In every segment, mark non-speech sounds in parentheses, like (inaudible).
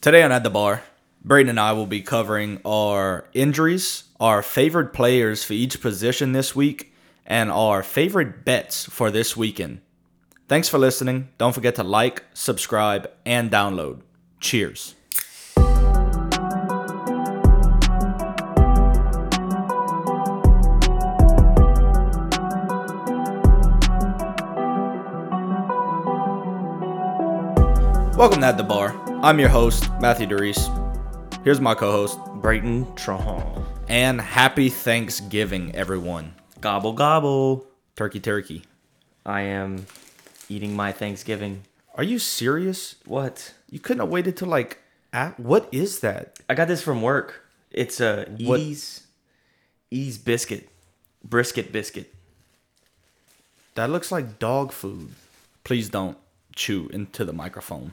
Today on At the Bar, Braden and I will be covering our injuries, our favorite players for each position this week, and our favorite bets for this weekend. Thanks for listening. Don't forget to like, subscribe, and download. Cheers. Welcome to At the Bar. I'm your host, Matthew Doris. Here's my co host, Brayton Trahan. and happy Thanksgiving, everyone. Gobble gobble. Turkey, turkey. I am eating my Thanksgiving. Are you serious? What? You couldn't have waited till like at what is that? I got this from work. It's a What? Ease Ease biscuit. Brisket biscuit. That looks like dog food. Please don't chew into the microphone.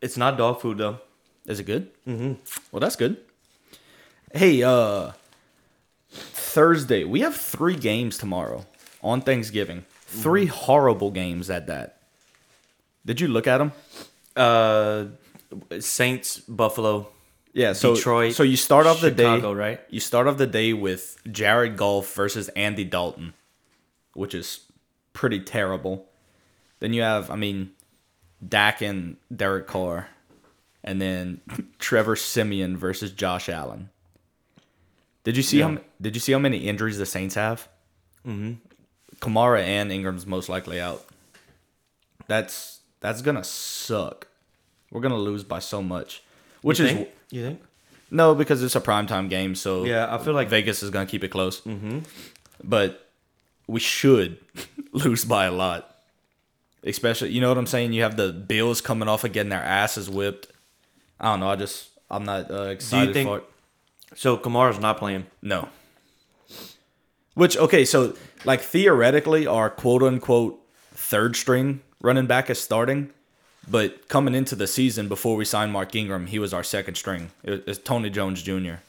It's not dog food though. Is it good? Mm-hmm. Well, that's good. Hey, uh, Thursday we have three games tomorrow on Thanksgiving. 3 horrible games at that. Did you look at them? Uh Saints Buffalo. Yeah, so Detroit, So you start off the Chicago, day, right? You start off the day with Jared Goff versus Andy Dalton, which is pretty terrible. Then you have, I mean, Dak and Derek Carr, and then (laughs) Trevor Simeon versus Josh Allen. Did you see how Yeah. how Did you see how many injuries the Saints have? Mm-hmm. Kamara and Ingram's most likely out. That's that's gonna suck. We're gonna lose by so much, which You is think? you think? no, because it's a primetime game, so Yeah, I feel like Vegas is gonna keep it close. Mm-hmm. But we should (laughs) lose by a lot. Especially, you know what I'm saying. You have the Bills coming off again; their asses whipped. I don't know. I just I'm not uh, excited think- for it. so Kamara's not playing. No. Which okay, so like theoretically, our quote unquote third string running back is starting, but coming into the season before we signed Mark Ingram, he was our second string. It- it's Tony Jones junior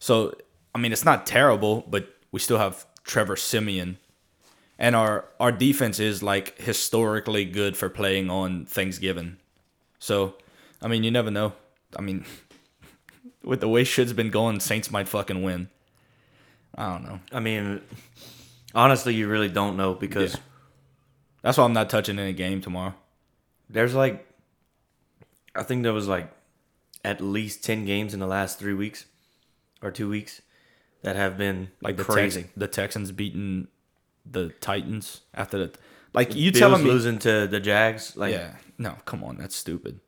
So I mean, it's not terrible, but we still have Trevor Simeon, and our our defense is like historically good for playing on Thanksgiving. So I mean, you never know. I mean, (laughs) with the way shit's been going, Saints might fucking win. I don't know. I mean honestly you really don't know because Yeah. That's why I'm not touching any game tomorrow. there's like I think there was like at least 10 games in the last 3 weeks or 2 weeks that have been Like the crazy. Tex- the Texans beating the Titans after the like you Bills telling me losing to the Jags like yeah no come on that's stupid.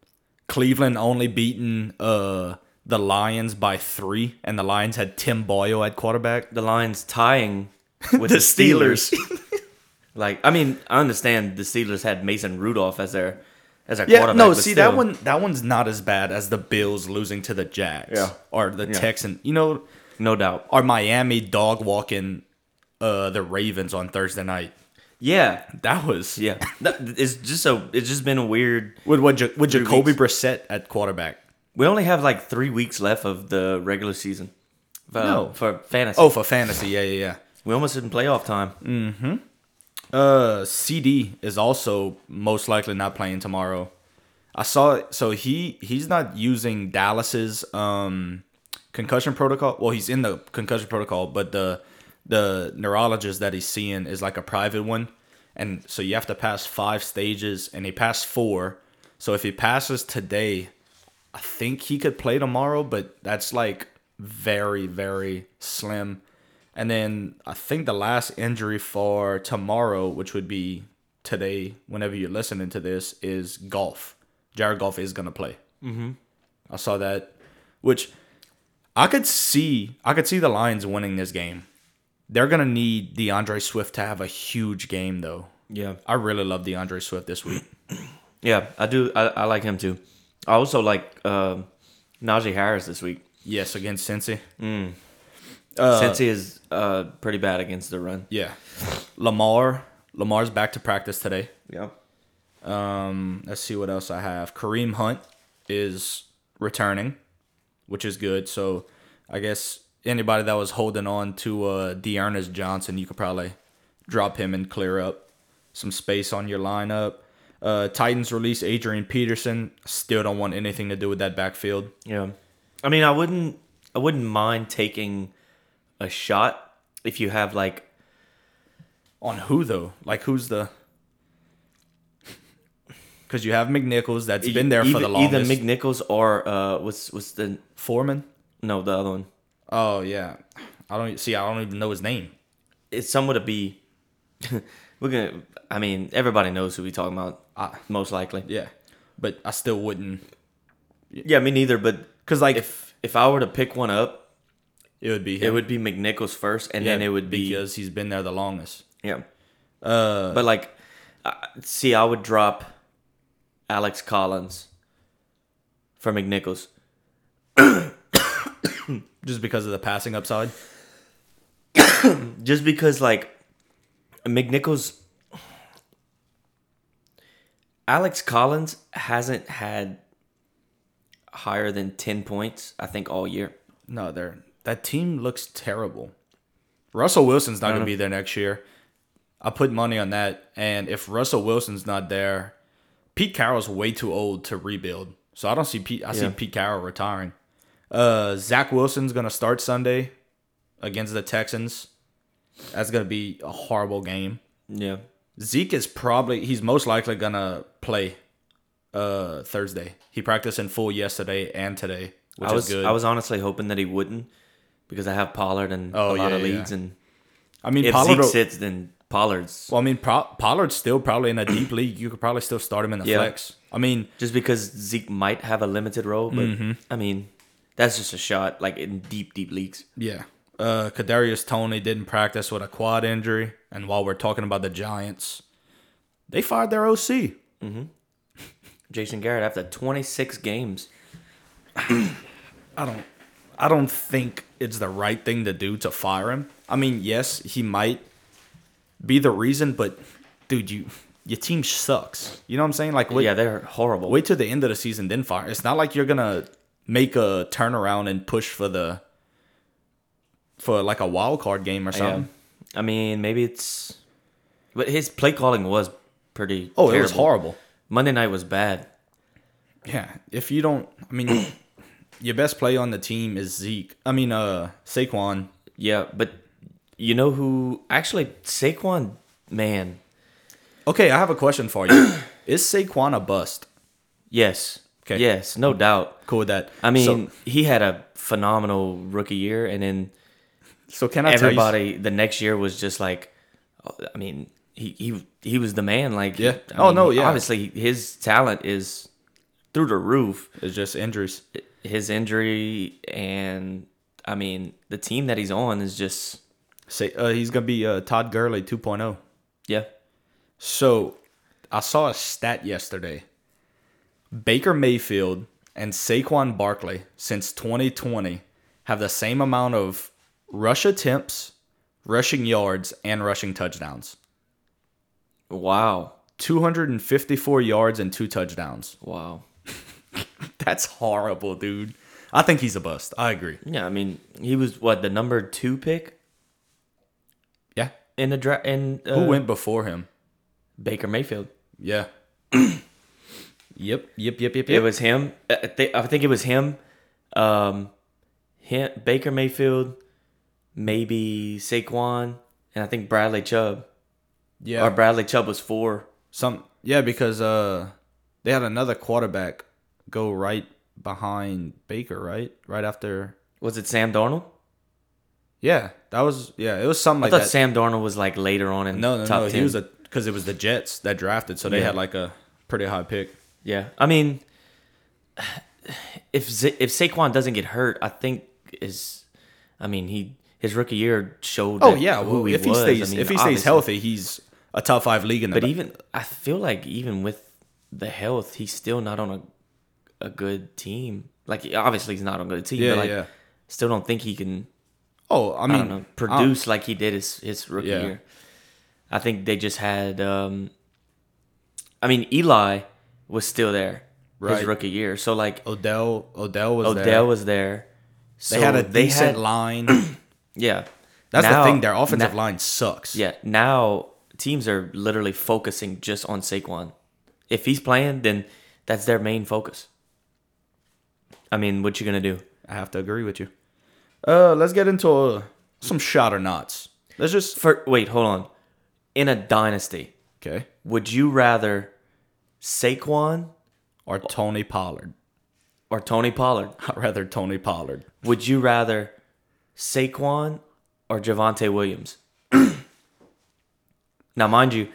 Cleveland only beating uh the Lions by three, and the Lions had Tim Boyle at quarterback. the Lions tying (laughs) with The the, Steelers. (laughs) like I mean, I understand the Steelers had Mason Rudolph as their as their Yeah, quarterback. no, but see still, that one that one's not as bad as the Bills losing to the Jags Yeah. or the Texan. You know, no doubt. our Miami dog walking uh the Ravens on Thursday night. Yeah, That was yeah. (laughs) That- it's just so it's just been a weird. With what? Ja- with Three Jacoby weeks. Brissett at quarterback. We only have like three weeks left of the regular season. For, No. for fantasy. Oh, for fantasy, yeah, yeah, we almost in playoff time. Mm. yeah. Uh, CD is also most likely not playing tomorrow. I saw so he he's not using Dallas's um concussion protocol. Well, he's in the concussion protocol, but the the neurologist that he's seeing is like a private one, and so you have to pass five stages, and he passed four. So if he passes today, I think he could play tomorrow, but that's like very, very slim. And then I think the last injury for tomorrow, which would be today, whenever you're listening to this, is golf. Jared Golf is gonna play. Mm-hmm. I saw that, which I could see. I could see the Lions winning this game. They're gonna need DeAndre Swift to have a huge game, though. Yeah, I really love DeAndre Swift this week. yeah. I do. I, I like him too. I also like um Najee Harris this week. Yes, against Cincy. Since he is uh, pretty bad against the run. Yeah. Lamar. Lamar's back to practice today. Yeah. Um, let's see what else I have. Kareem Hunt is returning, which is good. So I guess anybody that was holding on to uh Dearness Johnson, you could probably drop him and clear up some space on your lineup. Uh, Titans release Adrian Peterson. Still don't want anything to do with that backfield. Yeah. I mean, I wouldn't I wouldn't mind taking a shot if you have like On who though? Like who's the? (laughs) Because you have McNichols that's been there either, for the longest. Either McNichols or uh what's what's the Foreman. no, the other one. Oh yeah, I don't e, see. I don't even know his name. It's someone to be (laughs) we're gonna I mean, everybody knows who we talking about uh, Ah. most likely. Yeah, but I still wouldn't. Yeah, me neither, but Cause like if if I were to pick one up, it would be him. it would be McNichols first and Yeah, then it would be because he's been there the longest. yeah. Uh, But like, uh, see, I would drop Alex Collins for McNichols. just because of the passing upside. just because like McNichols Alex Collins hasn't had higher than 10 points I think all year. No, they're that team looks terrible. Russell Wilson's not gonna be there next year. I put money on that. And if Russell Wilson's not there, Pete Carroll's way too old to rebuild. So I don't see Pete. I see Yeah. Pete Carroll retiring. Uh, Zach Wilson's gonna start Sunday against the Texans. That's gonna be a horrible game. Yeah. Zeke is probably he's most likely gonna play uh Thursday. He practiced in full yesterday and today, which I was is good. I was honestly hoping that he wouldn't because I have Pollard and Oh, a lot yeah, of yeah. leads and I mean, if Pollard. Zeke sits then Pollard's well, I mean, Pro- Pollard's still probably in a deep (clears throat) league. You could probably still start him in the Yeah. flex. I mean, just because Zeke might have a limited role but Mm-hmm. I mean that's just a shot like in deep deep leagues. yeah. Uh, Kadarius Tony didn't practice with a quad injury, and while we're talking about the Giants, they fired their OC. Jason Garrett after 26 games. I don't I don't think it's the right thing to do to fire him. I mean, yes, he might be the reason, but dude, you your team sucks. You know what I'm saying? Like wait, Yeah, they're horrible. wait till the end of the season then fire. It's not like you're going to make a turnaround and push for the for like a wild card game or Yeah. something. Um, I mean, maybe it's. But his play calling was pretty. Oh, it was terrible. horrible. Monday night was bad. Yeah, if you don't I mean (clears throat) your best play on the team is Zeke. I mean uh Saquon. Yeah, but you know who? Actually, Saquon, man. Okay, I have a question for (clears throat) you. is Saquon a bust? Yes. 'Kay. Yes, no doubt. Cool with that. I So- mean, he had a phenomenal rookie year, and then So can I tell you? everybody the next year was just like, I mean, he he he was the man. Like, Yeah. I Oh, mean, no, yeah. Obviously, his talent is through the roof. It's just injuries. his injury and I mean the team that he's on is just Say uh, he's gonna be uh, Todd Gurley 2.0. yeah So I saw a stat yesterday. Baker Mayfield and Saquon Barkley since 2020 have the same amount of rush attempts, rushing yards, and rushing touchdowns. wow 254 yards and two touchdowns. (laughs) wow That's horrible, dude. I think he's a bust. I agree. yeah I mean he was what the number two pick Yeah. in the draft in uh, Who went before him? Baker Mayfield Yeah. (clears throat) yep. Yep. Yep. Yep. it Yep. was him I, I thi- I think it was him um him, Baker Mayfield maybe Saquon and I think Bradley Chubb Yeah. or Bradley Chubb was four Some yeah, because uh they had another quarterback go right behind Baker, right? Right after was it Sam Darnold Yeah, that was yeah, it was something I like thought that. Sam Darnold was like later on in no, no, top no. 10. He was a cuz it was the Jets that drafted, so they Yeah. had like a pretty high pick. Yeah, I mean, if Sa- if Saquon doesn't get hurt, I think is, I mean, he his rookie year showed. Oh that yeah, who well, if he was. I stays mean, if he obviously. stays healthy, he's a top 5 league in the But even I feel like even with the health, he's still not on a a good team. Like obviously he's not on a good team. Yeah, but like, yeah. Still don't think he can. Oh, I I, mean don't (clears throat) know. Produce like he did his his rookie Yeah. year. I think they just had. um I mean, Eli was still there Right. his rookie year. So like. um, Odell Odell was Odell there. was there. So they had a decent (clears throat) line. Yeah, That's Now- the thing, their offensive now- line sucks. Yeah, now teams are literally focusing just on Saquon if he's playing, then that's their main focus. I mean, what you gonna do? I have to agree with you. Uh, let's get into uh, some shot or nots. Let's just For wait, hold on. In a dynasty, okay. would you rather Saquon Or Tony Pollard. (laughs) or Tony Pollard? I'd rather Tony Pollard. Would you rather Saquon or Javante Williams? (clears throat) now, mind you,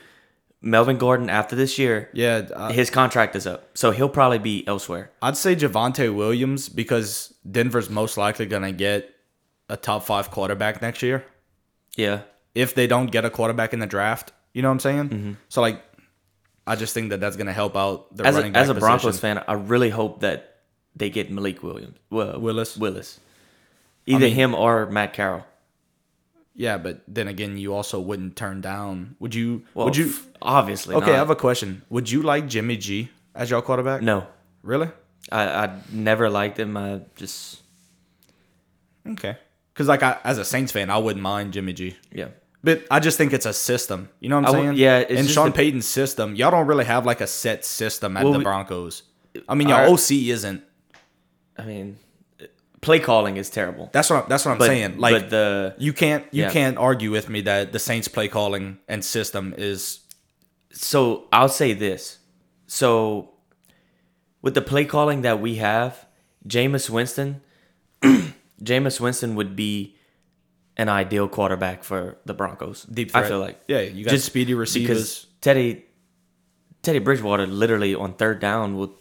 Melvin Gordon after this year, Yeah, I, his contract is up, so he'll probably be elsewhere. I'd say Javante Williams because Denver's most likely gonna get a top five quarterback next year Yeah, if they don't get a quarterback in the draft. You know what I'm saying? Mm-hmm. So like, I just think that that's gonna help out the as a, running back as a Broncos position. fan, I really hope that they get Malik Williams, well, Willis. Willis, either mean- him or Matt Carroll. Yeah, but then again, you also wouldn't turn down. Would you? Well, would you? f- obviously? Okay, I not. have a question. Would you like Jimmy G as your quarterback? no. Really? I, I never liked him. I just Okay. Because like I, as a Saints fan, I wouldn't mind Jimmy G, yeah. but I just think it's a system. You know what I'm I saying? would- yeah, it's And just Sean a- Payton's system, y'all don't really have like a set system at Well, the we- Broncos. I mean, your Our- OC isn't. I mean, play calling is terrible. That's what I'm, that's what I'm But, saying. Like but the you can't you Yeah. can't argue with me that the Saints play calling and system is so I'll say this. So with the play calling that we have, Jameis Winston, (clears throat) Jameis Winston would be an ideal quarterback for the Broncos. deep. I threat. feel like yeah, you got Just speedy because receivers. Teddy Teddy Bridgewater literally on third down will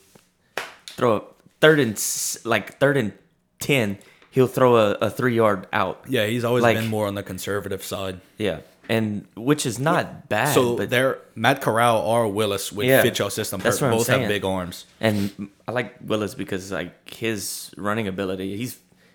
throw a third and s- like third and ten. He'll throw a, a three yard out. yeah, he's always like- been more on the conservative side. Yeah, and which is not bad. So but there, Matt Corral or Willis would Yeah. fit your system. That's perfect. what I'm Both saying. have big arms. and I like Willis because like his running ability. He's,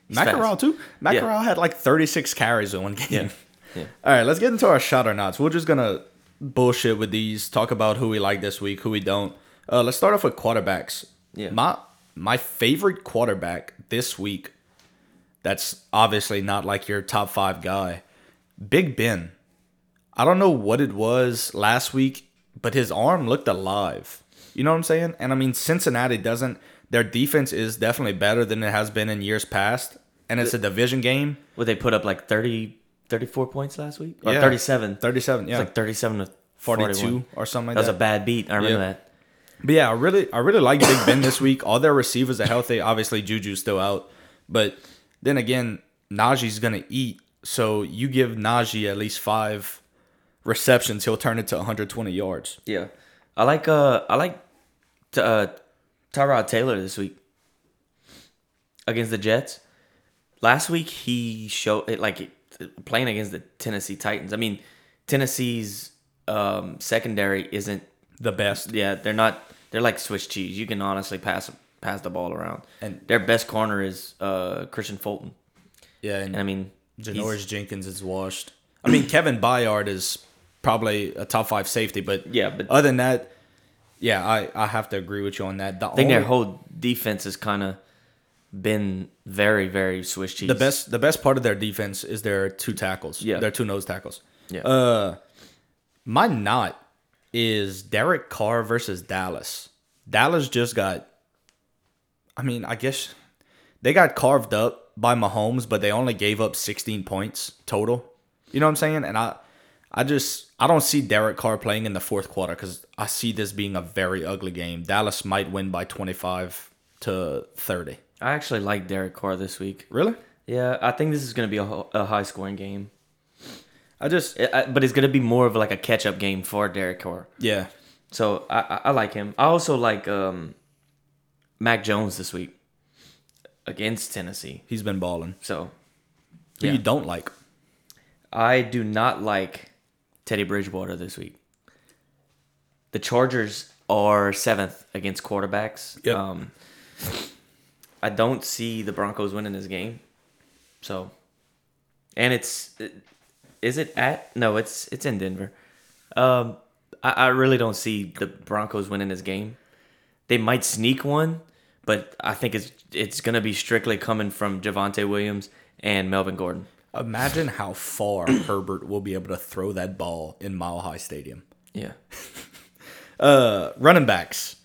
he's Matt fast. Corral too. Matt Yeah. Corral had like 36 carries in one game. (laughs) Yeah. All right, let's get into our shot or nots. We're just gonna bullshit with these. Talk about who we like this week, who we don't. Uh, let's start off with quarterbacks. Yeah. My my favorite quarterback this week. That's obviously not like your top five guy. Big Ben. I don't know what it was last week, but his arm looked alive. You know what I'm saying? And I mean, Cincinnati doesn't. Their defense is definitely better than it has been in years past, and it's a division game. Well, they put up like 30, 34 points last week or Yeah. thirty seven. Thirty-seven, yeah, It's like thirty seven to forty forty-two two. or something That like was that. a bad beat. I remember Yeah. that. But yeah, I really, I really like Big Ben this week. All their receivers are healthy. Obviously, Juju's still out, but then again, Najee's gonna eat. So you give Najee at least five receptions, he'll turn it to 120 yards. Yeah, I like uh I like t- uh Tyrod Taylor this week against the Jets. Last week he showed it like it- playing against the Tennessee Titans. I mean, Tennessee's um secondary isn't The best. yeah they're not they're like Swiss cheese. You can honestly pass pass the ball around. And- their best corner is uh Christian Fulton. Yeah, and And I mean, he's- Janoris Jenkins is washed. I mean, Kevin Byard is probably a top five safety, but Yeah, but- other than that, yeah, I, I have to agree with you on that. The I think only, their whole defense has kind of been very very Swiss cheese. the best the best part of their defense is their two tackles. Yeah. their two nose tackles. Yeah. uh, My not is Derek Carr versus Dallas. Dallas just got. I mean, I guess they got carved up by Mahomes, but they only gave up 16 points total. You know what I'm saying? And I, I just I don't see Derek Carr playing in the fourth quarter because I see this being a very ugly game. Dallas might win by 25 to 30. I actually like Derek Carr this week. Really? Yeah, I think this is going to be a, ho- a high scoring game, I just I- I- but it's going to be more of like a catch up game for Derek Carr. yeah. So I, I, I like him. I also like um, Mac Jones this week against Tennessee. He's been balling. So Who Yeah. you don't like? I do not like Teddy Bridgewater this week. The Chargers are seventh against quarterbacks. Yep. Um, I don't see the Broncos winning this game. So, and it's is it at no? It's it's in Denver. Um, I, I really don't see the Broncos winning this game. They might sneak one, but I think it's it's gonna be strictly coming from Javante Williams and Melvin Gordon. Imagine how (coughs) far Herbert will be able to throw that ball in Mile High Stadium. Yeah. Uh, running backs.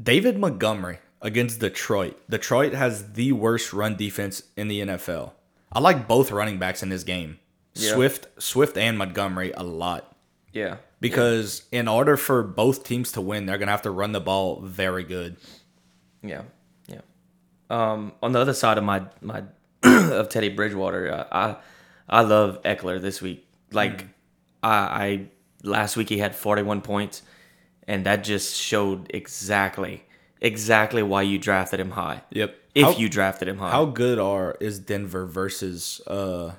David Montgomery against Detroit. Detroit has the worst run defense in the NFL. I like both running backs in this game. Yeah. Swift, Swift and Montgomery a lot Yeah. because in order for both teams to win, they're going to have to run the ball very good. Yeah, yeah. Um, on the other side of my my (clears throat) of Teddy Bridgewater, uh, I I love Eckler this week. Like Mm. I, I last week he had 41 points, and that just showed exactly exactly why you drafted him high. Yep. If How- you drafted him high, How good are is Denver versus uh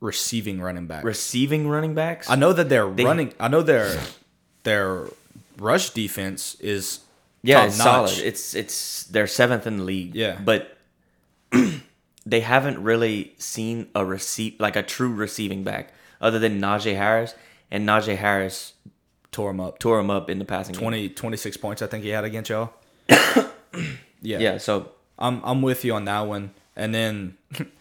receiving running back? receiving running backs. I know that they're running. I know their their rush defense is yeah, top it's notch. solid. It's it's they're seventh in the league. Yeah. but (clears throat) they haven't really seen a receive like a true receiving back other than Najee Harris, and Najee Harris tore him up. tore him up in the passing. game. 20, 26 points I think he had against y'all. yeah. Yeah, so (laughs) I'm I'm with you on that one. And then (laughs)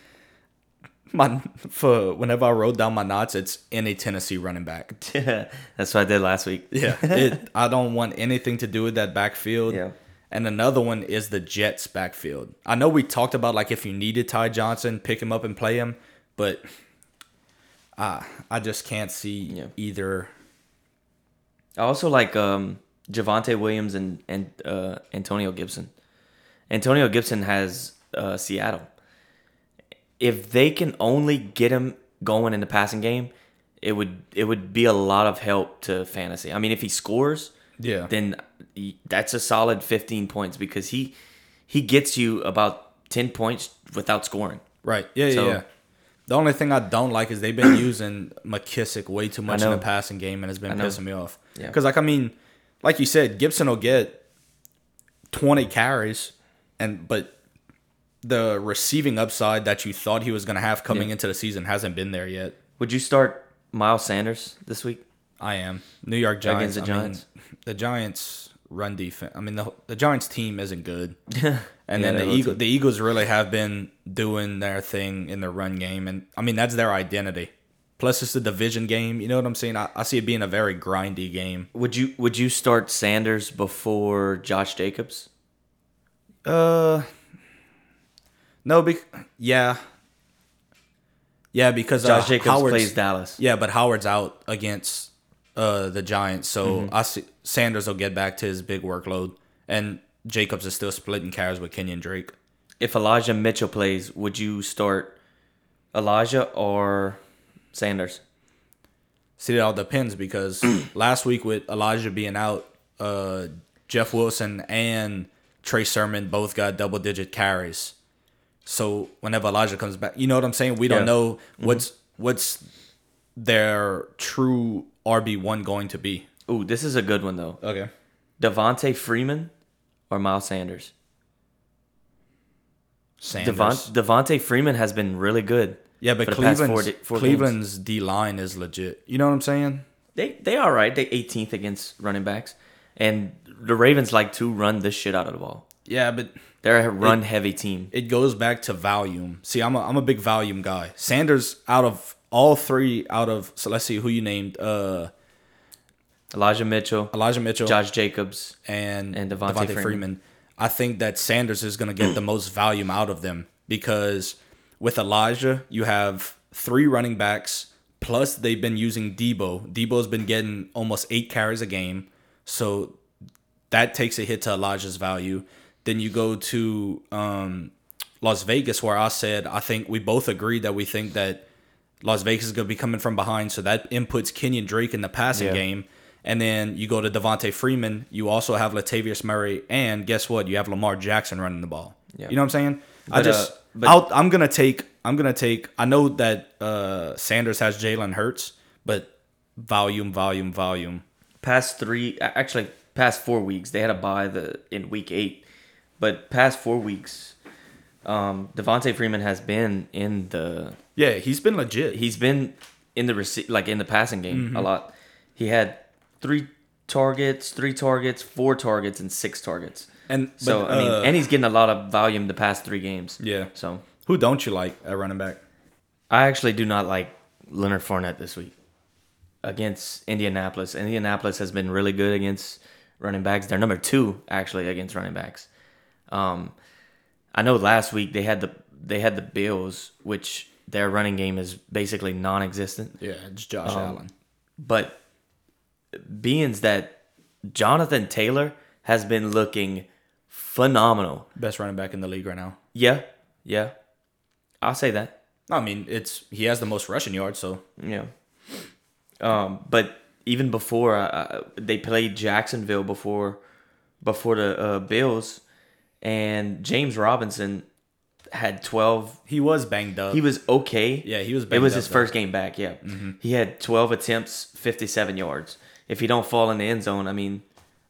my for whenever I wrote down my knots, it's any Tennessee running (laughs) back. that's what I did last week. Yeah. It, I don't want anything to do with that backfield. Yeah. And another one is the Jets backfield. I know we talked about like if you needed Ty Johnson, pick him up and play him, but I I just can't see Yeah. either. I also like um, Javante Williams and and uh, Antonio Gibson. Antonio Gibson has uh, Seattle. If they can only get him going in the passing game, it would it would be a lot of help to fantasy. I mean, if he scores, Yeah. then y- that's a solid 15 points because he he gets you about 10 points without scoring. Right. Yeah, yeah, So- yeah. The only thing I don't like is they've (clears throat) been using McKissick way too much in know. the passing game, and it's been know. pissing me off. Yeah. Because, like, I mean, like you said, Gibson will get 20 carries, and but the receiving upside that you thought he was going to have coming into the season hasn't been there yet. Would you start Miles Sanders this week? I am New York Giants. Against the I mean, Giants. the Giants run defense. I mean, the the Giants team isn't good. And (laughs) Yeah, then they the look Eagles, the Eagles really have been doing their thing in the run game, and I mean that's their identity. Plus, it's a division game. You know what I'm saying? I, I see it being a very grindy game. Would you would you start Sanders before Josh Jacobs? Uh, no, bec yeah, yeah, because Josh uh, Jacobs Howard's- plays Dallas. Yeah, but Howard's out against uh the Giants, so Mm-hmm. I see Sanders will get back to his big workload, and Jacobs is still splitting carries with Kenyon Drake. If Elijah Mitchell plays, would you start Elijah or Sanders? See, it all depends (clears throat) because last week with Elijah being out, uh, Jeff Wilson and Trey Sermon both got double digit carries. So whenever Elijah comes back, you know what I'm saying? We don't Yeah. Mm-hmm. know what's what's their true RB one going to be. Ooh, this is a good one though. Okay. Devontae Freeman or Miles Sanders? Sanders. Devont, Devontae Freeman has been really good. yeah, but for the past four Cleveland's, di- four games. Cleveland's D line is legit. You know what I'm saying? They they all right. They 18th against running backs, and the Ravens like to run this shit out of the ball. Yeah, but They're a run heavy team. it goes back to volume. See, I'm a, I'm a big volume guy. Sanders out of all three out of so let's see who you named uh Elijah Mitchell, Elijah Mitchell Josh Jacobs. and, and Devontae, Devontae Freeman. Freeman. I think that Sanders is going to get the most volume out of them because with Elijah, you have three running backs plus they've been using Debo. Debo's been getting almost 8 carries a game. So that takes a hit to Elijah's value. Then you go to um, Las Vegas, where I said I think we both agreed that we think that Las Vegas is going to be coming from behind, so that inputs Kenyon Drake in the passing Yeah. game. And then you go to Devontae Freeman. You also have Latavius Murray, and guess what? You have Lamar Jackson running the ball. Yeah. You know what I'm saying? I But, uh, just, but- I'll, I'm gonna take, I'm gonna take. I know that uh, Sanders has Jalen Hurts, but volume, volume, volume. past three a- actually past four weeks they had a bye the in week eight but past four weeks um devonte freeman has been in the Yeah, he's been legit. he's been in the rece- like in the passing game Mm-hmm. a lot he had three targets three targets four targets and six targets and but, so i mean uh, and he's getting a lot of volume the past three games Yeah. so Who don't you like at running back? i actually do not like leonard Fournette this week against Indianapolis. Indianapolis has been really good against running backs. They're number two actually against running backs. Um, I know last week they had the they had the Bills, which their running game is basically non-existent. Yeah, it's Um, Josh Allen. But being that Jonathan Taylor has been looking phenomenal. Best running back in the league right now. Yeah, yeah, I'll say that. I mean, it's he has the most rushing yards, so Yeah. Um, but even before uh, they played Jacksonville before before the uh, Bills, and James Robinson had twelve. he was banged up. He was okay. yeah, he was It banged was up, his though. Mm-hmm. first game back. Yeah, he had twelve attempts, fifty-seven yards. If he don't fall in the end zone, I mean,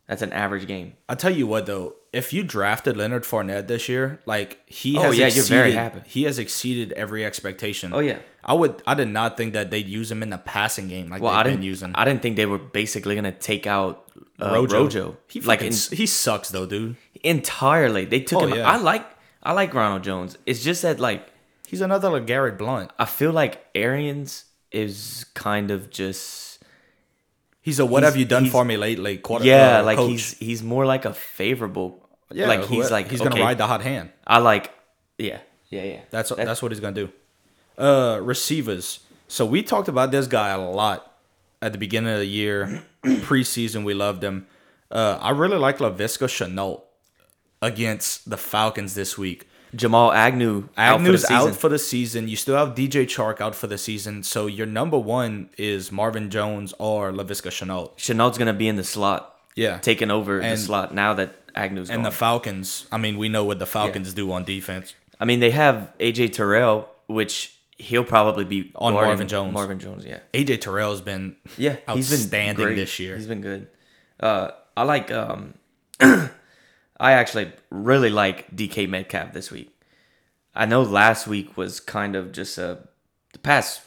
that's an average game. I tell you what though, if you drafted Leonard Fournette this year, like he Oh, has yeah, you're exceeded, very happy. He has exceeded every expectation. Oh, yeah. I would. I did not think that they'd use him in the passing game like Well, they've I been didn't using. I didn't think they were basically gonna take out uh, Rojo. Rojo. He like like in- he sucks though, dude. entirely. They took Oh, him. yeah. I like I like Ronald Jones. It's just that like He's another like Garrett Blunt. I feel like Arians is kind of just He's a what have you done he's- for me lately? Quarter, yeah, uh, like coach. he's he's more like a favorable. yeah, like who- he's like he's okay, gonna ride the hot hand. I like yeah yeah yeah. That's that's, what he's gonna do. Uh, receivers. So we talked about this guy a lot at the beginning of the year, (clears throat) preseason. We loved him. Uh, I really like Lavisca Chenault against the Falcons this week. Jamal Agnew Agnew's out for the out season. for the season. You still have DJ Chark out for the season. So your number one is Marvin Jones or Lavisca Chenault. Chenault's gonna be in the slot, Yeah, taking over the And- slot now that Agnew's and gone. the Falcons. I mean, we know what the Falcons do on defense. I mean, they have AJ Terrell, which he'll probably be On guarding Marvin Jones. Marvin Jones, yeah. AJ Terrell's been Yeah, outstanding great. this year. He's been good. Uh, I like. Um, (clears throat) I actually really like DK Metcalf this week. I know last week was kind of just a. The past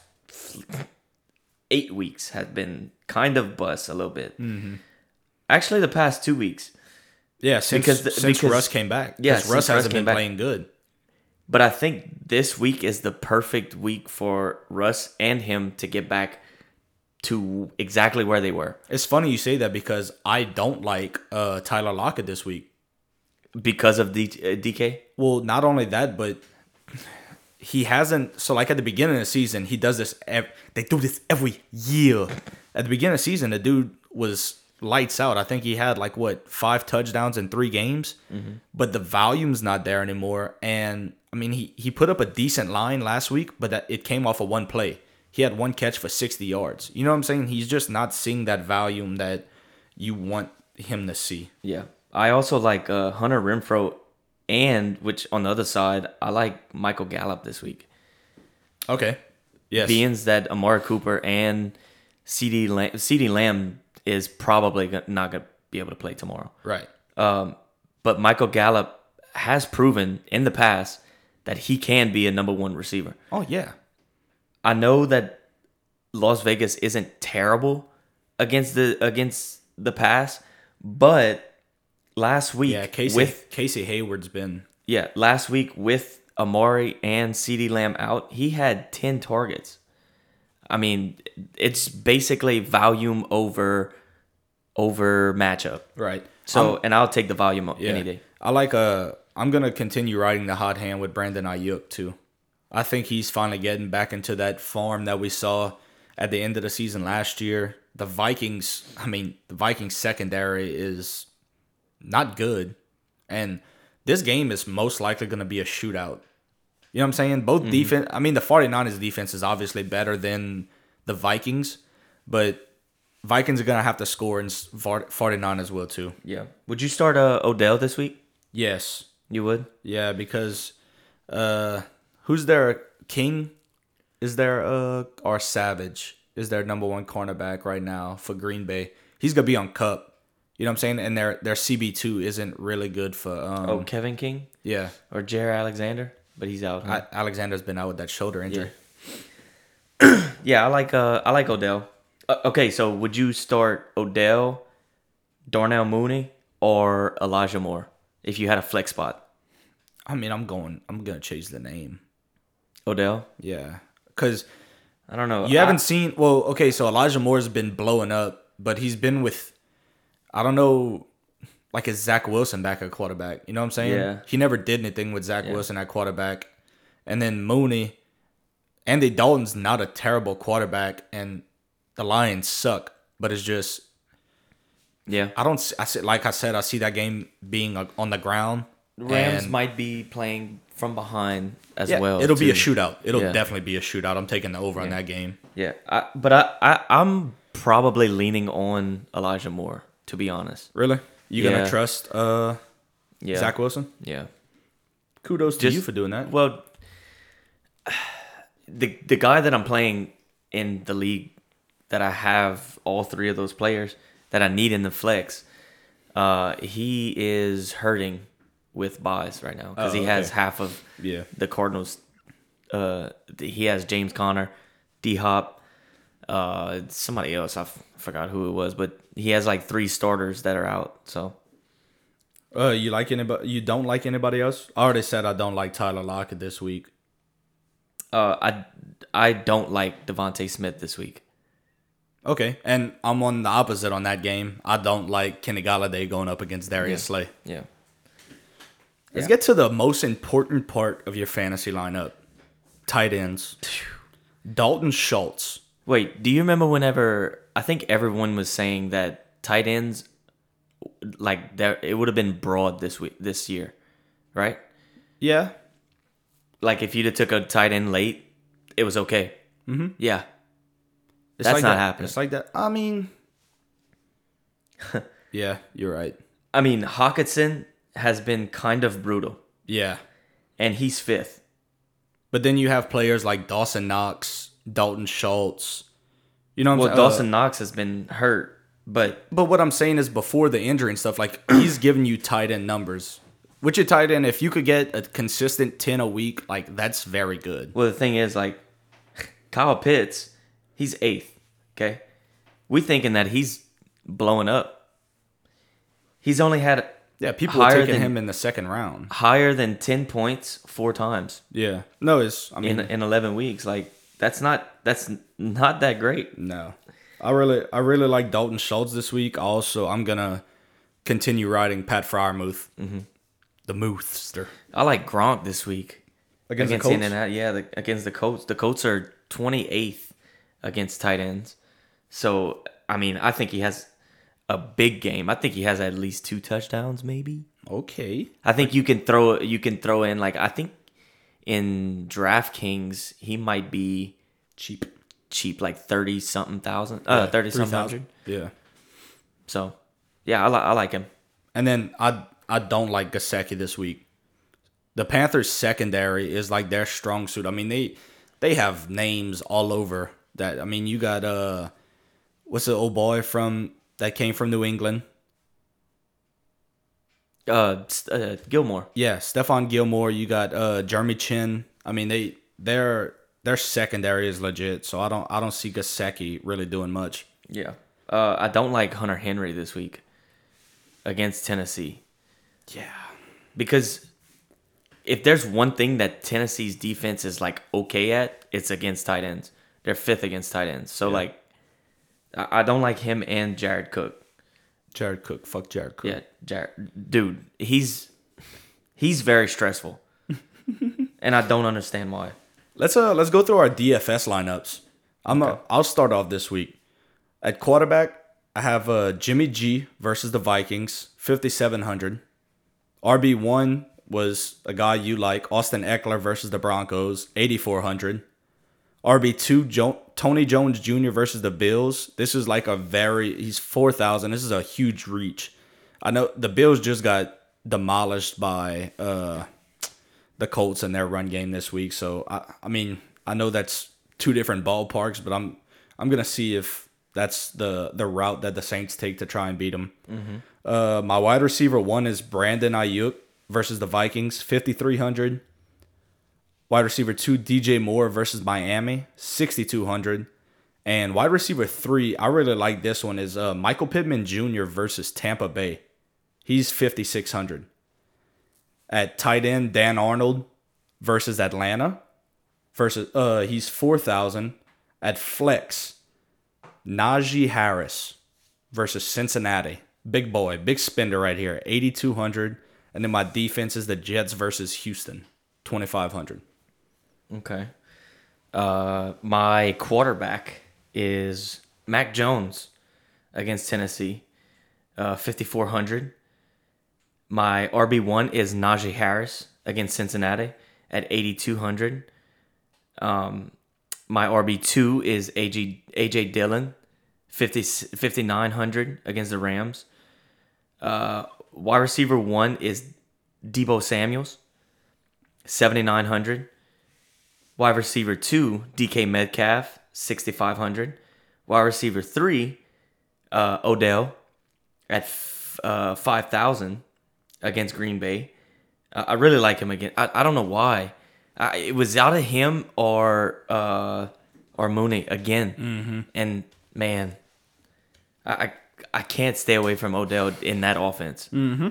eight weeks have been kind of bust a little bit. Mm-hmm. Actually, the past two weeks, Yeah, since Because the- since because- Russ came back. Yeah, Yes, since Russ Russ hasn't came been back. playing good. but I think this week is the perfect week for Russ and him to get back to exactly where they were. It's funny you say that because I don't like uh, Tyler Lockett this week. because of D- uh, DK. Well, not only that, but he hasn't. So, like at the beginning of the season, he does this. Ev- they do this every year. At the beginning of the season, the dude was lights out. I think he had like what five touchdowns in three games, but the volume's not there anymore. And I mean, he he put up a decent line last week, but that it came off of one play. He had one catch for sixty yards. You know what I'm saying? He's just not seeing that volume that you want him to see. Yeah. I also like uh, Hunter Renfro, and which on the other side, I like Michael Gallup this week. Okay. Yes. Being that Amari Cooper and CD Lamb, CD Lamb is probably go- not going to be able to play tomorrow. right. Um, but Michael Gallup has proven in the past that he can be a number one receiver. Oh yeah. I know that Las Vegas isn't terrible against the against the pass, but last week Yeah, Casey with Casey Hayward's been yeah, last week with Amari and CeeDee Lamb out, he had 10 targets. I mean, it's basically volume over over matchup. right. So, and I'll take the volume any day. I like uh I'm gonna continue riding the hot hand with Brandon Ayuk too. I think he's finally getting back into that form that we saw at the end of the season last year. The Vikings, I mean, the Vikings secondary is not good, and this game is most likely going to be a shootout. You know what I'm saying? Both defense, I mean, the 49ers defense is obviously better than the Vikings, but Vikings are going to have to score, and s- 49ers will too. Yeah. Would you start uh, Odell this week? Yes. You would? Yeah, because uh who's their king? Is there uh or Savage is their number one cornerback right now for Green Bay? He's gonna be on Cup. You know what I'm saying? And their their CB two isn't really good for um Oh, Kevin King yeah. or Jared Alexander, but he's out. huh? A- Alexander's been out with that shoulder injury. yeah, I like uh I like Odell. Uh, okay, so would you start Odell, Darnell Mooney, or Elijah Moore if you had a flex spot? I mean, I'm going. I'm gonna change the name. Odell. Yeah, because I don't know. You I- haven't seen well, okay, so Elijah Moore's been blowing up, but he's been with I don't know like is Zach Wilson back at quarterback. You know what I'm saying? Yeah. He never did anything with Zach Wilson at quarterback. And then Mooney. Andy Dalton's not a terrible quarterback and the Lions suck, but it's just yeah. I don't s- I said like I said I see that game being like, on the ground. Rams and- might be playing from behind as Yeah, well. it'll be a too. shootout. It'll Yeah. definitely be a shootout. I'm taking the over on that game. Yeah, I, but I, I I'm probably leaning on Elijah Moore to be honest. Really? You Yeah. gonna trust uh, Yeah, Zach Wilson? yeah. Kudos to Just- you for doing that. Well, the the guy that I'm playing in the league that I have all three of those players that I need in the flex, uh, he is hurting with buys right now because Oh, he has okay. half of Yeah. the Cardinals. Uh, th- he has James Conner, D Hop, uh, somebody else. I f- forgot who it was, but he has like three starters that are out. So Uh, you like anybody? You don't like anybody else? I already said I don't like Tyler Lockett this week. uh, I I don't like Devonte Smith this week. Okay, and I'm on the opposite on that game. I don't like Kenny Galladay going up against Darius Slay. Yeah. Let's Yeah. get to the most important part of your fantasy lineup: tight ends. Dalton Schultz. Wait, do you remember whenever I think everyone was saying that tight ends like there it would have been broad this week this year, right? Yeah, Like if you'd have took a tight end late, it was okay. Mm-hmm. Yeah, it's That's like not that. happening. It's like that. I (laughs) mean, yeah, you're right. I mean Hawkinson has been kind of brutal, Yeah, and he's fifth. but then you have players like Dawson Knox, Dalton Schultz. You know, what Well, I'm saying? Uh, Dawson Knox has been hurt, but But what I'm saying is before the injury and stuff, like (clears throat) he's giving you tight end numbers. With your tight end, if you could get a consistent ten a week, like that's very good. well, the thing is, like (sighs) Kyle Pitts, he's eighth. Okay, we thinking that he's blowing up. He's only had Yeah, people are Higher taking than- him in the second round. higher than 10 points four times Yeah, no, it's I mean in, in 11 weeks like that's not that's not that great no, I really I really like Dalton Schultz this week. Also, I'm gonna continue riding Pat Fryermuth, the Moothster i like gronk this week against, against the Colts. Indiana- yeah the, against the colts the colts are 28th against tight ends so i mean i think he has a big game i think he has at least two touchdowns maybe Okay, i think you can throw you can throw in like i think in draftkings he might be cheap cheap like 30 something thousand uh 30 something hundred Yeah, So, yeah, I, li- I like him. And then I I don't like Gasecki this week. The Panthers secondary is like their strong suit. I mean they they have names all over that. I mean you got uh what's the old boy from that came from New England? Uh, S- uh Gilmore. Yeah, Stefan Gilmore. You got uh Jeremy Chin. I mean they their their secondary is legit. So I don't I don't see Gasecki really doing much. Yeah. Uh, I don't like Hunter Henry this week against Tennessee Yeah. because if there's one thing that Tennessee's defense is like okay at, it's against tight ends. They're fifth against tight ends. So like, I, I don't like him and Jared Cook. Jared Cook. Fuck Jared Cook. Yeah, Jared, dude, he's he's very (laughs) stressful, and I don't understand why. Let's uh let's go through our DFS lineups. I'm uh, I'll start off this week. At quarterback, I have uh Jimmy G versus the Vikings, 5700. RB1 was a guy you like, Austin Eckler versus the Broncos, 8400. RB2 jo- Tony Jones Jr. versus the Bills. This is like a very he's 4000. This is a huge reach. I know the Bills just got demolished by uh the Colts and their run game this week. So I, I mean, I know that's two different ballparks, but I'm I'm gonna see if that's the the route that the Saints take to try and beat them. Uh, my wide receiver one is Brandon Ayuk versus the Vikings, fifty three hundred. Wide receiver two, DJ Moore versus Miami, sixty two hundred. And wide receiver three, I really like this one is uh, Michael Pittman Jr. versus Tampa Bay. He's fifty six hundred at tight end Dan Arnold versus Atlanta versus uh he's 4000 At flex, Najee Harris versus Cincinnati. Big boy, big spender right here, 8,200. And then my defense is the Jets versus Houston, 2,500. Okay. Uh, my quarterback is Mac Jones against Tennessee, uh, 5,400. My RB1 is Najee Harris against Cincinnati at 8,200. Um, my RB2 is AJ, AJ Dillon, 50, 5,900 against the Rams. Uh, wide receiver one is Debo Samuels, 7,900. Wide receiver two, DK Metcalf, 6,500. Wide receiver three, uh, Odell, at f- uh, 5,000 against Green Bay. Uh, I really like him again. I, I don't know why. I, it was out of him or uh, or Mooney again. And man, I, I I can't stay away from Odell in that offense. Mm-hmm.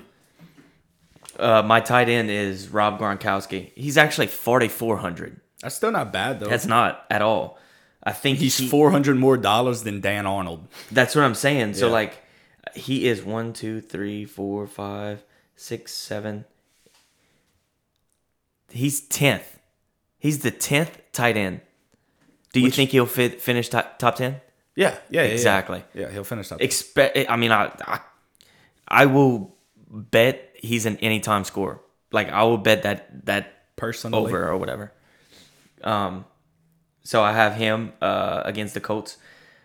Uh, my tight end is Rob Gronkowski. He's actually 4,400. That's still not bad, though. That's not at all. I think He's he- 400 more dollars than Dan Arnold. That's what I'm saying. So Yeah. like, he is one, two, three, four, five, six, seven. He's tenth. He's the tenth tight end. Do you think he'll fit finish top top ten? Yeah, yeah, yeah, yeah. Exactly. Yeah, he'll finish top. Expect. I mean, I, I I will bet he's an anytime scorer. Like I will bet that that personally. over or whatever. Um, so I have him uh, against the Colts.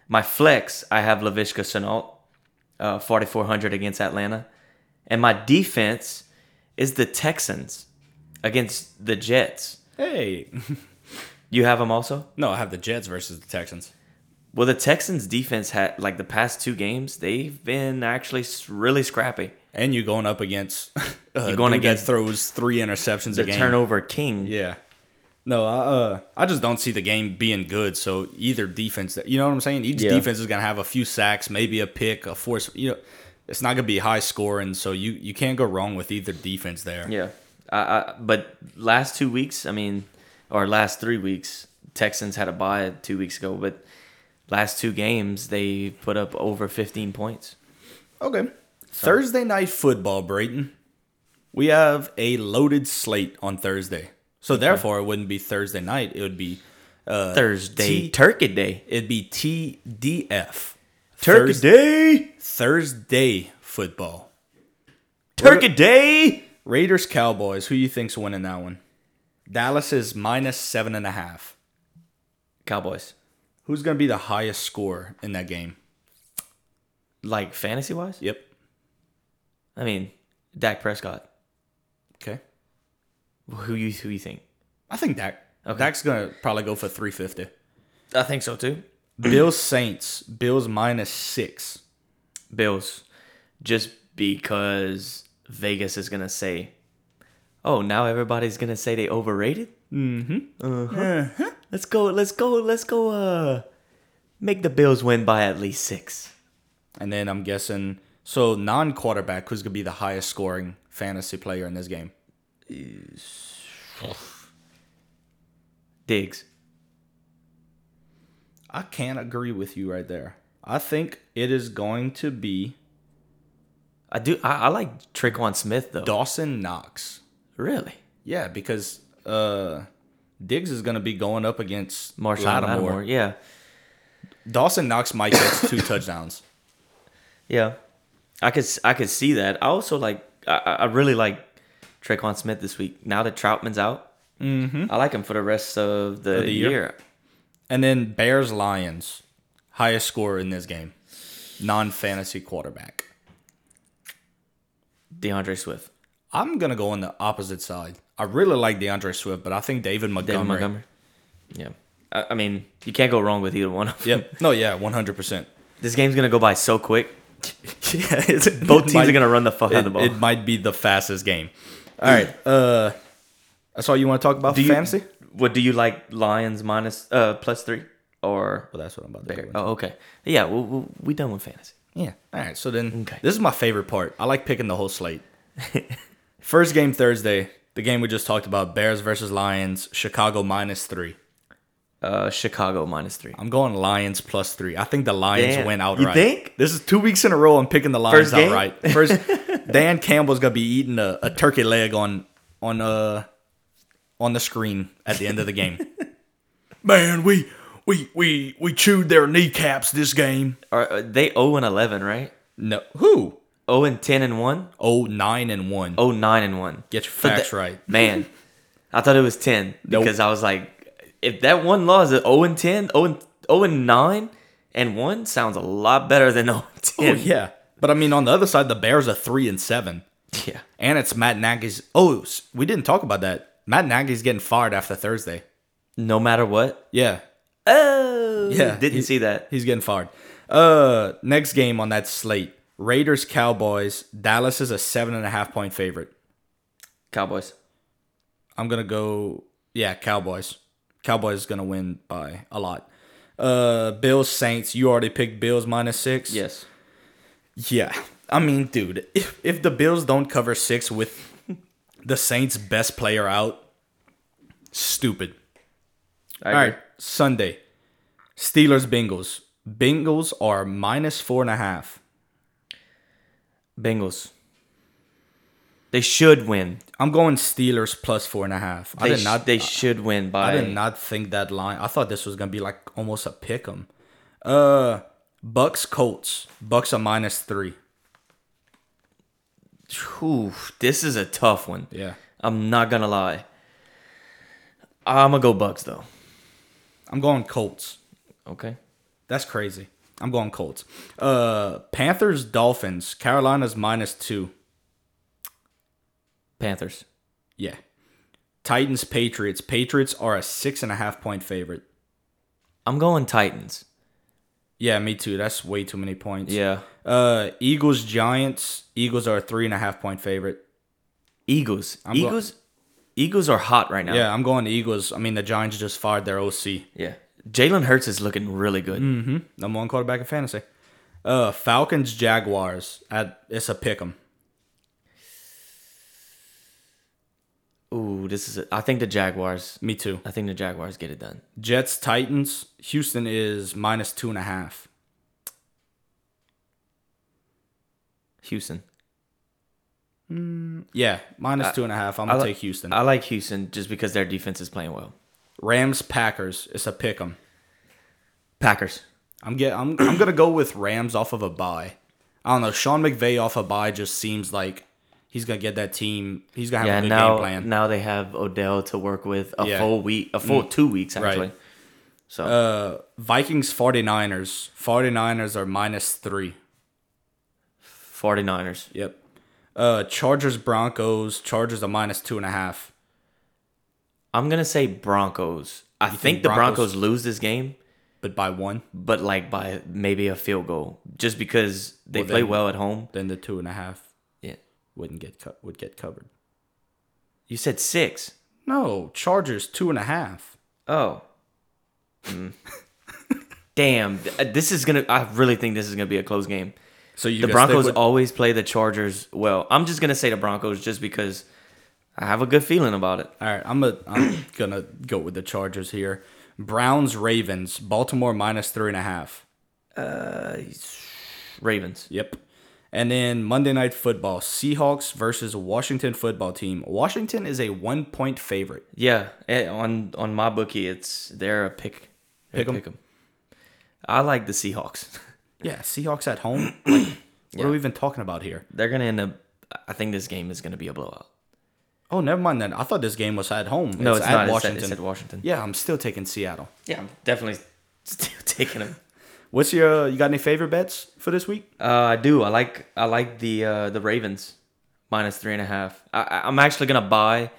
My flex, I have Lavishka Chenault, uh, 4,400 against Atlanta. And my defense is the Texans against the Jets. (laughs) Hey, You have them also? no, I have the Jets versus the Texans. Well, the Texans defense had, like, the past two games, they've been actually s- really scrappy. And you going up against (laughs) uh, you're going going against against throws three interceptions The a game. turnover king. Yeah. No, I uh, I just don't see the game being good. So either defense, you know what I'm saying? Each Yeah. defense is gonna have a few sacks, maybe a pick, a force. You know, it's not gonna be high scoring. So you you can't go wrong with either defense there. Yeah. I, I, but last two weeks, I mean, or last three weeks, Texans had a bye two weeks ago, but last two games, they put up over 15 points. Okay. Thursday night football, Brayton. We have a loaded slate on Thursday, so therefore it wouldn't be Thursday night. It would be uh, Thursday, T- Turkey Day. it'd be TDF. Turkey Thurs- Day! Thursday football. Turkey Day! Raiders Cowboys. Who you think's winning that one? Dallas is minus seven and a half. Cowboys. Who's gonna be the highest score in that game? Like fantasy wise? Yep. I mean, Dak Prescott. Okay. Who you who you think? I think Dak. Dak's gonna probably go for three fifty. (clears throat) I think so too. Bills Saints. Bills minus six. Bills. Just because Vegas is gonna say, Oh, now everybody's gonna say they overrated? Mm-hmm. Uh-huh. Let's go. Let's go. Let's go. Uh, make the Bills win by at least six. And then I'm guessing so non quarterback, who's gonna be the highest scoring fantasy player in this game? Diggs. I can't agree with you right there. I think it is going to be I do. I, I like Traquan Smith though. Dawson Knox. Really? Yeah, because uh Diggs is going to be going up against Marshawn Lattimore. Lattimore. Yeah. Dawson Knox might get two (coughs) touchdowns. Yeah. I could. s- I could see that. I also like. I, I I really like Traquan Smith this week. Now that Troutman's out, mm-hmm. I like him for the rest of the, the year. year? And then Bears Lions, highest scorer in this game, non fantasy quarterback. DeAndre Swift. I'm going to go on the opposite side. I really like DeAndre Swift, but I think David Montgomery. David Montgomery. Yeah. I, I mean, you can't go wrong with either one of them. Yep. No, yeah, 100%. This game's gonna go by so quick. (laughs) yeah, it's, Both teams are gonna run the fuck out of the ball. It might be the fastest game. All right. Uh, that's all you want to talk about Do for you- fantasy? What do you like? Lions minus uh plus three or Well, that's what I'm about to bear? do. Oh, okay. Yeah, we we, we done with fantasy. Yeah. All right. So then, Okay. this is my favorite part. I like picking the whole slate. (laughs) First game Thursday, the game we just talked about Bears versus Lions, Chicago minus three. uh, Chicago minus three. I'm going Lions plus three. I think the Lions Damn. win You outright. think? This is two weeks in a row I'm picking the Lions First game? outright. (laughs) First, Dan Campbell's gonna be eating a, a turkey leg on on uh on the screen at the end of the game. (laughs) Man, we we we we chewed their kneecaps this game. Are, are they zero and eleven, right? No, who? Zero and ten and one. Oh, nine and one. Oh nine and one. Get your So facts that- right. man. I thought it was ten Nope. because I was like, if that one loss is zero and 10, 0 and zero and nine and one sounds a lot better than zero and Oh ten. yeah, but I mean on the other side, the Bears are three and seven, (laughs) yeah. and it's Matt Nagy's. Oh, s- we didn't talk about that. Matt Nagy's getting fired after Thursday. No matter what. Yeah, Oh Yeah, Didn't he- see that. He's getting fired. Uh, next game on that slate: Raiders Cowboys. Dallas is a seven and a half point favorite. Cowboys. I'm gonna go. Yeah, Cowboys. Cowboys is gonna win by a lot. Uh, Bills Saints. You already picked Bills minus six. Yes. Yeah. I mean, dude, if if the Bills don't cover six with the Saints' best player out, stupid. I All agree. right, Sunday, Steelers Bengals. Bengals are minus four and a half. Bengals. They should win. I'm going Steelers plus four and a half. I They did not. They should win by. I did not think that line. I thought this was gonna be like almost a pick 'em. Uh, Bucks Colts. Bucks are minus three. Whew, this is a tough one. Yeah, I'm not gonna lie. I'm gonna go Bucks though. I'm going Colts. Okay. That's crazy. I'm going Colts. Uh, Panthers Dolphins. Carolina's minus two. Panthers. Yeah. Titans Patriots. Patriots are a six and a half point favorite. I'm going Titans. Yeah, me too. That's way too many points. Yeah. Uh, Eagles Giants. Eagles are a three and a half point favorite. Eagles. go- Eagles. Eagles are hot right now. Yeah, I'm going the Eagles. I mean, the Giants just fired their OC. Yeah. Jalen Hurts is looking really good. Number one quarterback in fantasy. Uh, Falcons Jaguars. At it's a pick 'em. Ooh, this is. A, I think the Jaguars. Me too. I think the Jaguars get it done. Jets Titans. Houston is minus two and a half. Houston. Yeah, minus two and a half. I'm gonna Uh, I li- take Houston. I like Houston just because their defense is playing well. Rams Packers. It's a pick 'em. Packers. I'm get. I'm. I'm gonna go with Rams off of a bye. I don't know. Sean McVay off a bye just seems like he's gonna get that team. He's gonna have Yeah, a good now game plan. now they have Odell to work with a Yeah. Mm. full week, a full two weeks actually. Right. So Uh, Vikings 49ers. 49ers are minus three. 49ers. Yep. Uh, Chargers Broncos. Chargers are minus two and a half. I'm gonna say Broncos. I think, think the Broncos- Broncos lose this game, But by one, but like by maybe a field goal, just because they Well, play then- well at home. then the two and a half Yeah. wouldn't get cut. Would get covered. You said six. No, Chargers two and a half. Oh. (laughs) Mm. Damn, th- uh, this is gonna. I really think this is gonna be a close game. So you gonna The stick Broncos with- always play the Chargers well. I'm just gonna say the Broncos just because I have a good feeling about it. All right, I'm gonna I'm (coughs) gonna go with the Chargers here. Browns, Ravens, Baltimore minus three and a half. Ravens. Yep. And then Monday Night Football, Seahawks versus Washington Football Team. Washington is a one point favorite. Yeah, eh, on on my bookie, it's they're a pick. They're a Pick 'em. Pick 'em. I like the Seahawks. (laughs) Yeah, Seahawks at home. Like, (coughs) What are we even talking about here? they're gonna end up. I think this game is gonna be a blowout. Oh, never mind then. I thought this game was at home. No, it's, not. Washington. Washington. It's at, Washington. yeah, I'm still taking Seattle. Yeah, I'm definitely (laughs) still taking them. What's your? You got any favorite bets for this week? Uh, I do. I like. I like the uh, the Ravens minus three and a half. I- I, I'm actually gonna buy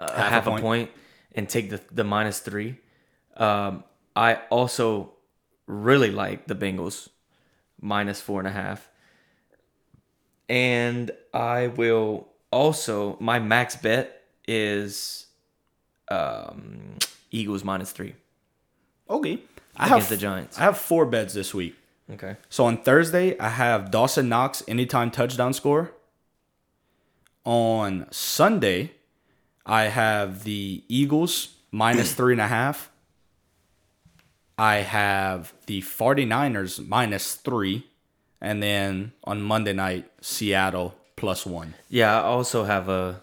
uh, half, a, point. and take the the minus three. Um, I also really like the Bengals minus four and a half, and I will also my max bet is um, Eagles minus three. Okay. I Against the Giants. I have four bets this week. Okay. So on Thursday, I have Dawson Knox anytime touchdown score. On Sunday, I have the Eagles minus three and a half. I have the 49ers minus three. And then on Monday night, Seattle plus one. Yeah, I also have a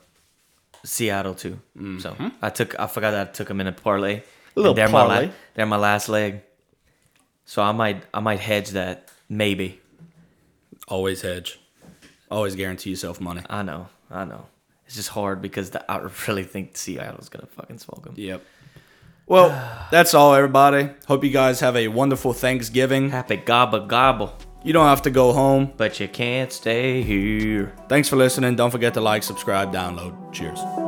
Seattle too. So I took I forgot that I took them in a parlay. Mm-hmm. little And they're My parlay. la- they're my last leg. So I might I might hedge that maybe. Always hedge. Always guarantee yourself money. I know. I know. It's just hard because the, I really think Seattle's gonna fucking smoke them. Yep. Well, (sighs) that's all, everybody. Hope you guys have a wonderful Thanksgiving. Happy gobble gobble, You don't have to go home. but you can't stay here. Thanks for listening. Don't forget to like, subscribe, download. Cheers.